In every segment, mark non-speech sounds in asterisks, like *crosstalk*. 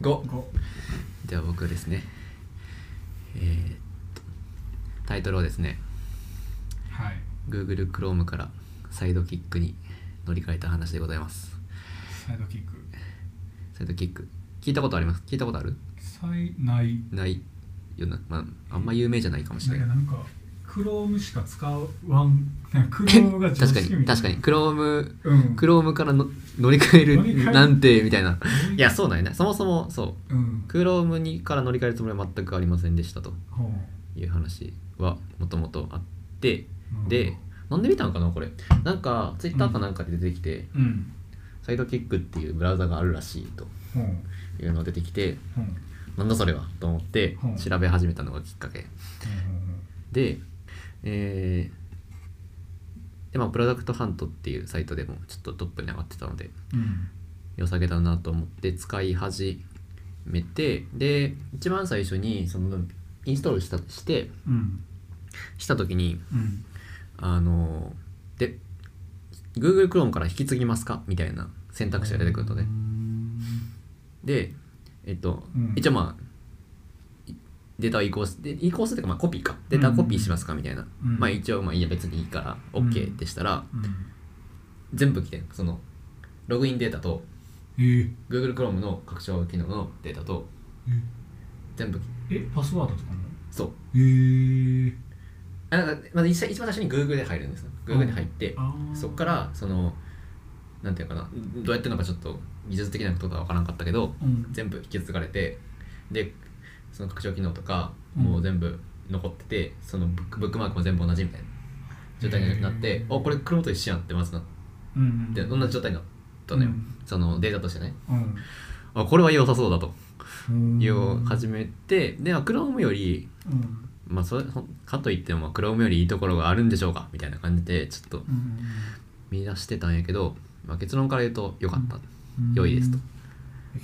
五。五では僕ですねえーっとタイトルをですねはい Google Chrome からサイドキックに乗り換えた話でございますサイドキックサイドキック聞いたことあります聞いたことあるサイないないよな、まあ、あんま有名じゃないかもしれないなんかクロームしか使わんなんかクロームが常確か識みにたい確かに Chrome なうん、 Chrome からの乗り換え乗り換えるるなんてみたいなえいやそうなんやねそもそもそううん Chrome にから乗り換えるつもりは全くありませんでしたとほいう話はもともとあってうでなんで見たのかなこれなんか Twitter かなんかで出てきて、うんサイドキックっていうブラウザがあるらしいとほういうのが出てきてほうほうほうなんだそれはと思ってうん調べ始めたのがきっかけでえーでまあプロダクトハントっていうサイトでもちょっとトップに上がってたのでほううん良さげだなと思って使い始めてで一番最初にそのインストールしたしてうんした時にうんあので Google Chrome から引き継ぎますかみたいな選択肢が出てくるとねうーんでえっと、うん一応まあいデータを移行して移行するというかまあコピーかデータをコピーしますかみたいな、うんまあ一応まあいいや別にいいからうん OK でしたら、うん全部来てんそのログインデータとえー Google Chrome の拡張機能のデータと全部ええパスワードとかもそうえー、あなんかまず一番一番最初に Google で入るんですよ Google に入ってあーそこからそのなんていうのかなどうやってるのかちょっと技術的なことが分からなかったけどうん全部引き継がれてでその拡張機能とかうんもう全部残ってて、そのブックブックマークも全部同じみたいな状態になって、へーおこれクロームと一緒やんってまずなっうんうんて同じ状態になったのよ、うんそのデータとしてねうんあこれは良さそうだとうんいうを始めてでクロームよりうんまあそれほんかといってもクロームよりいいところがあるんでしょうかみたいな感じでちょっとうん見出してたんやけど、まあ、結論から言うと良かった、うん良いですと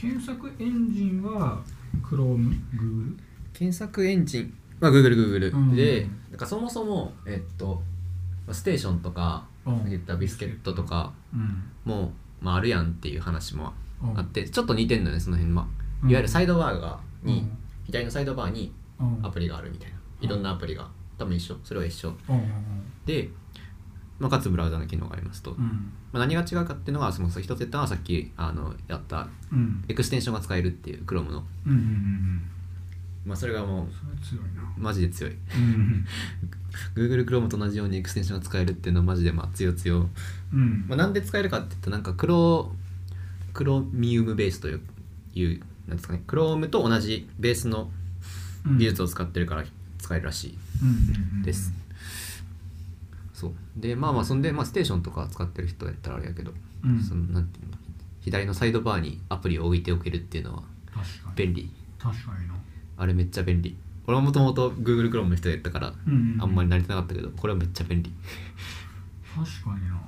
検索エンジンは Chrome、Google 検索エンジン、まあ、GoogleGoogle、うんでなんかそもそもえっとまあステーションとかうんさっき言ったビスケットとかうんも、まあ、あるやんっていう話もうんあってちょっと似てんのよねその辺は、うんいわゆるサイドバーがうんに、左のサイドバーにうんアプリがあるみたいなうんいろんなアプリが多分一緒それは一緒うんで、まあ、かつブラウザの機能がありますと、うんまあ、何が違うかっていうのがその一つ言ったのはさっきあのやったうんエクステンションが使えるっていううんうん Chrome の、うんうんまあ、それがもうそれ強いなマジで強いうん Google Chrome と同じようにエクステンションが使えるっていうのはマジでまあ強強、うんまあ、なんで使えるかって言ったらなんかクロクロミウムベースといういうなんですかね Chrome と同じベースのうん技術を使ってるから使えるらしうんうんうんいです、そうでまあまあそんで、まあ、ステーションとか使ってる人やったらあれやけど、うんそのなんていうの左のサイドバーにアプリを置いておけるっていうのは確かに便利確かになあれめっちゃ便利俺はもともと Google Chrome の人やったからうんうんあんまり慣れてなかったけどこれはめっちゃ便利確かにな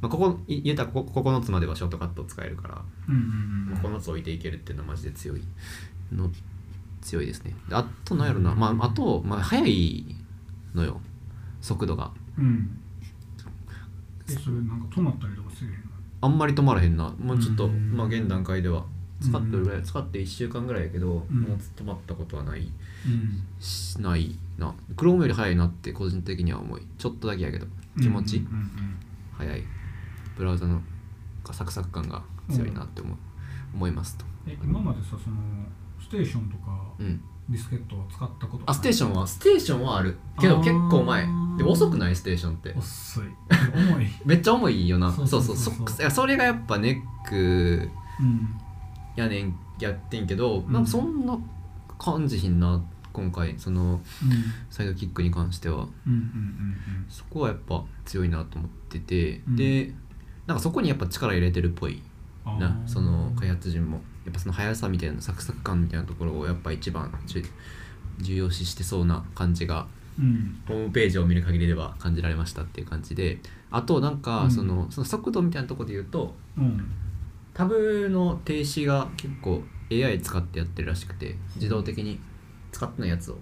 まあ、ここい言えたらここ9つまではショートカットを使えるから、うんうんまあ、9つ置いていけるっていうのはマジで強いの強いですねであとなんやろな、まあ、あと、まあ、速いのよ速度がうんうんえそれなんか止まったりとかせえへんのあんまり止まらへんなもうちょっと、うんまあ、現段階では使ってるぐらい、う使って1週間ぐらいやけど、うんもう止まったことはないうんしないなクロームより速いなって個人的には思いちょっとだけやけど気持ちうんうんうん速いブラウザのサクサク感が強いなって思,、う思いますとえ今までさそのステーションとかうんビスケットは使ったことあステーシションはステーションはあるけどあー結構前でも遅くないステーションって遅い重 *laughs* いめっちゃ重いよなそそううそそうそうそううそうそいやそれがやっぱネックうんやねんやってんけど、うんなんかそんな感じひんな今回そのうんサイドキックに関してはうんうんそこはやっぱ強いなと思ってて、うんでなんかそこにやっぱ力入れてるっぽいうんうんなあーその開発陣もやっぱその速さみたいなサクサク感みたいなところをやっぱ一番重重要視してそうな感じがうんホームページを見る限りでは感じられましたっていう感じであとなんうかんその,、その速度みたいなところで言うとうんタブの停止が結構 AI 使ってやってるらしくて自動的に使ってないやつを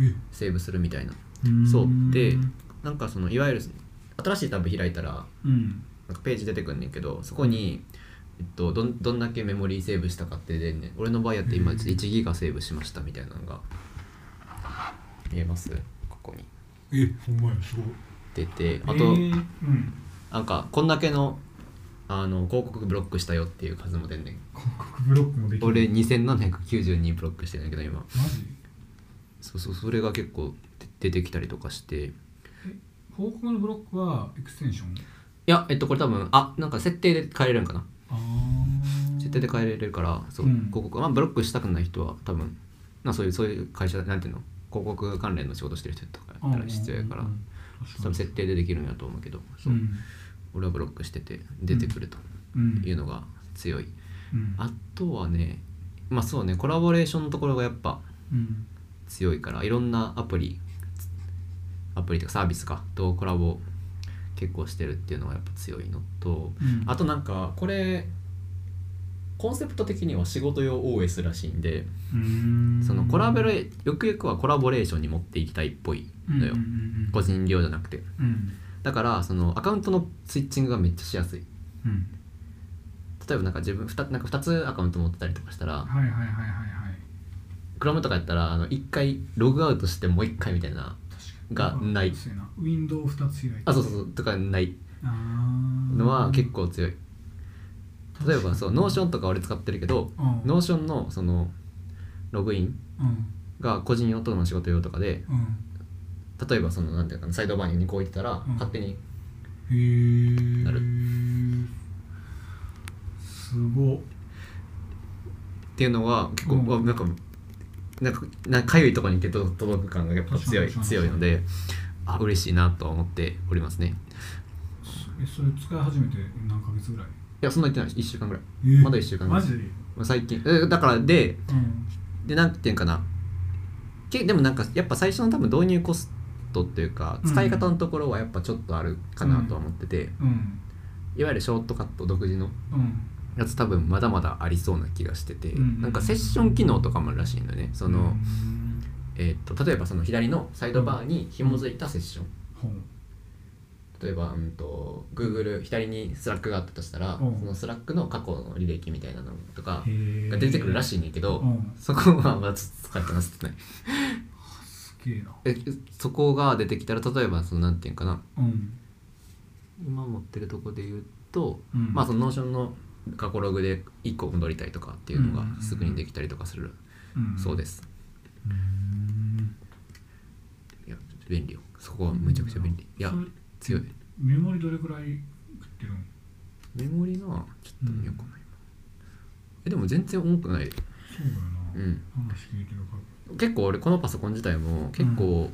えセーブするみたいなうんそうでなんかそのいわゆる新しいタブ開いたらうんなんかページ出てくんねんけどそこにえっと、どんどんだけメモリーセーブしたかって出んねん俺の場合やって今うん1ギガセーブしましたみたいなのが見えますここにえほんまやすごい出てあと、えーうんなんかこんだけのあの広告ブロックしたよっていう数も出んねん広告ブロックもできる俺2792ブロックしてんだけど今マジそうそうそれが結構で出てきたりとかしてい広告のブロックはエクステンションやえっとこれ多分あなんか設定で変えれるんかなああ設定で変えれるからそう、うん広告まあブロックしたくない人は多分なそういうそういう会社なんていうの広告関連の仕事してる人とかやったら必要やから、うんうんうん多分設定でできるんやと思うけど、そううん俺はブロックしてて出てくるとうんいうのが強い、うんあとはねまあそうねコラボレーションのところがやっぱうん強いからいろんなアプリアプリとかサービスかとコラボ結構してるっていうのがやっぱ強いのとうんあとなんかこれコンセプト的には仕事用 OS らしいんでうーんそのコラボレよくよくはコラボレーションに持っていきたいっぽいのようんうんうん個人利用じゃなくてうんだからそのアカウントのスイッチングがめっちゃしやすいうん例えばなんか自分 2, なんか2つアカウント持ってたりとかしたらはいはいはいはいはい Chrome とかやったらあの1回ログアウトしてもう1回みたいな確がかにないそうやなウィンドウ2つ開いてあそうそうそうとかないあーのは結構強い例えばそうノーションとか俺使ってるけどうんノーションのそのログインうんが個人用との仕事用とかでうん例えばそのなんていうかなサイドバーにこう置いてたら、ん勝手にへえなるすごっっていうのが結構、うんわなんかなんかなんかゆいところに手と届く感がやっぱ強い確かに強いのであ嬉しいなとは思っておりますねそえそれ使い始めて何ヶ月ぐらいいやそんな言ってない1週間ぐらいえーまだ一週間ぐらマいジでまあ最近えだからでうんでなんていうんかなけでもなんかやっぱ最初の多分導入コストっていうかうん使い方のところはやっぱちょっとあるかなとは思ってて、うんいわゆるショートカット独自のうんやつ多分まだまだありそうな気がしてて、うんなんかセッション機能とかもあるらしいんだよねその、うんえー、と例えばその左のサイドバーに紐づいたセッションほう例えば、うん、と Google 左にスラックがあったとしたら、うんそのスラックの過去の履歴みたいなのとかへえが出てくるらしいねんだけど、うんそこはまだちょっと使ってますってねすげえなえそこが出てきたら例えばそのなんていうんかなうん今持ってるとこで言うと、うんまあそのノーションの過去ログで1個戻りたいとかっていうのがすぐにできたりとかする、うんそうですうーんいや便利よそこはめちゃくちゃ便利いやそれ強いメモリどれくらい食ってるのメモリなちょっと見ようかな、今えでも全然重くないそうだような、話ん聞いてるか結構俺このパソコン自体も結構、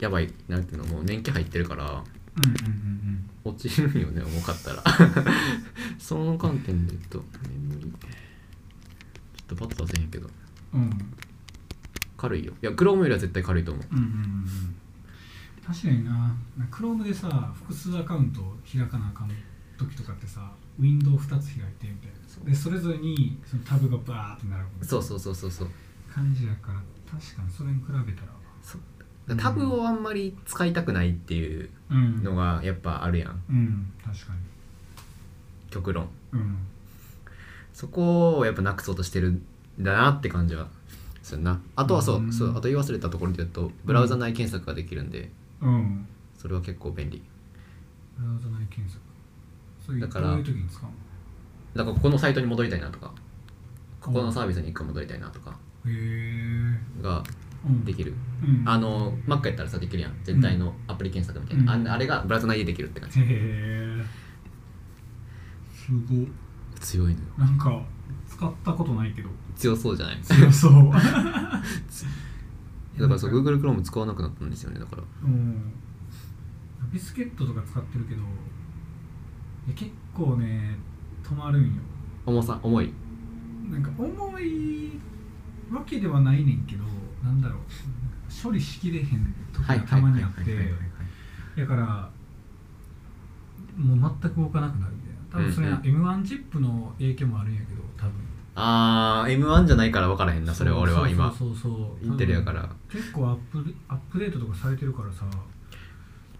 やばいなんていうのもう年季入ってるかららうんうんうん落ちるよね重かった *laughs* らその観点で言うとメモリちょっとパッと出せへんけどうんうん軽いよいやクロームよりは絶対軽いと思ううんうんうん確かになクロームでさ複数アカウント開かなあかん時とかってさウィンドウ2つ開いてみたいなそうでそれぞれにそのタブがバーってなるそうそうそうそうそう感じやから確かにそれに比べたらそうタブをあんまり使いたくないっていううんのがやっぱあるやんうん確かに極論うんそこをやっぱなくそうとしてるんだなって感じはするなあとはそう,、うんそうあと言い忘れたところで言うとブラウザ内検索ができるんでうんそれは結構便利ブラウザ内検索それだからどういう時に使うのだからここのサイトに戻りたいなとかここのサービスに一回戻りたいなとかへえがうんできる、うんあの Mac やったらさできるやん全体のアプリ検索みたいな、うんああれがブラウザ内でできるって感じへえすごっ強いのよなんか使ったことないけど強そうじゃない強そう *laughs* だからそうなん Google Chrome 使わなくなったんですよねだからうんビスケットとか使ってるけどいや結構ね止まるんよ重さ重いなんか重いわけではないねんけどなんだろうなんか処理しきれへん時がたまにあってだからもう全く動かなくなるみたいな多分それは m 1チップの影響もあるんやけど多分あー M1 じゃないから分からへんなそれは俺は今そうそうそうそうインテリアから結構アップアップデートとかされてるからさ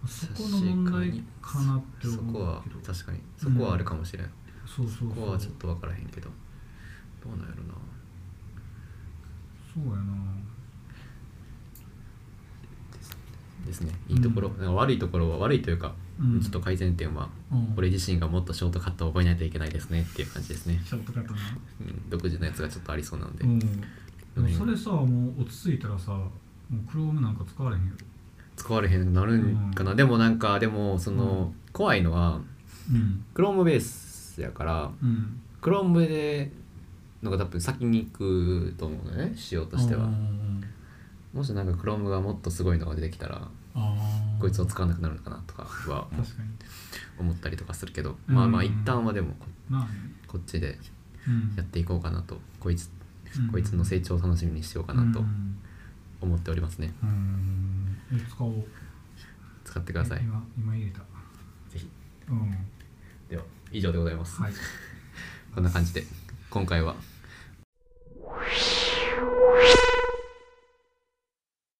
そこの問題かなってそこ思うはけど確かにそこはあるかもしれん、そうそうここそはうちょっと分からへんけどどうなんやろなそうやなですねいいところ、うんなんか悪いところは悪いというか、うんちょっと改善点はうん俺自身がもっとショートカットを覚えないといけないですねっていう感じですね、ショートカットなうん、独自のやつがちょっとありそうなので、うんでもそれさもう落ち着いたらさもう Chrome なんか使われへんよ使われへんなるんかな、でもなんかでもその、怖いのはうんクロームベースやからうんクロームでのが多分先に行くと思うのよね仕様としては、うんうんうんもしなんかクロームがもっとすごいのが出てきたらあーこいつを使わなくなるのかなとかは確かに思ったりとかするけど、うんまあまあ一旦はでもこまあねこっちでうんやっていこうかなとこいつうんこいつの成長を楽しみにしようかなとうん思っておりますねうんえ使おう使ってくださいえ今今入れたぜひうんでは以上でございます、はいこんな感じで今回は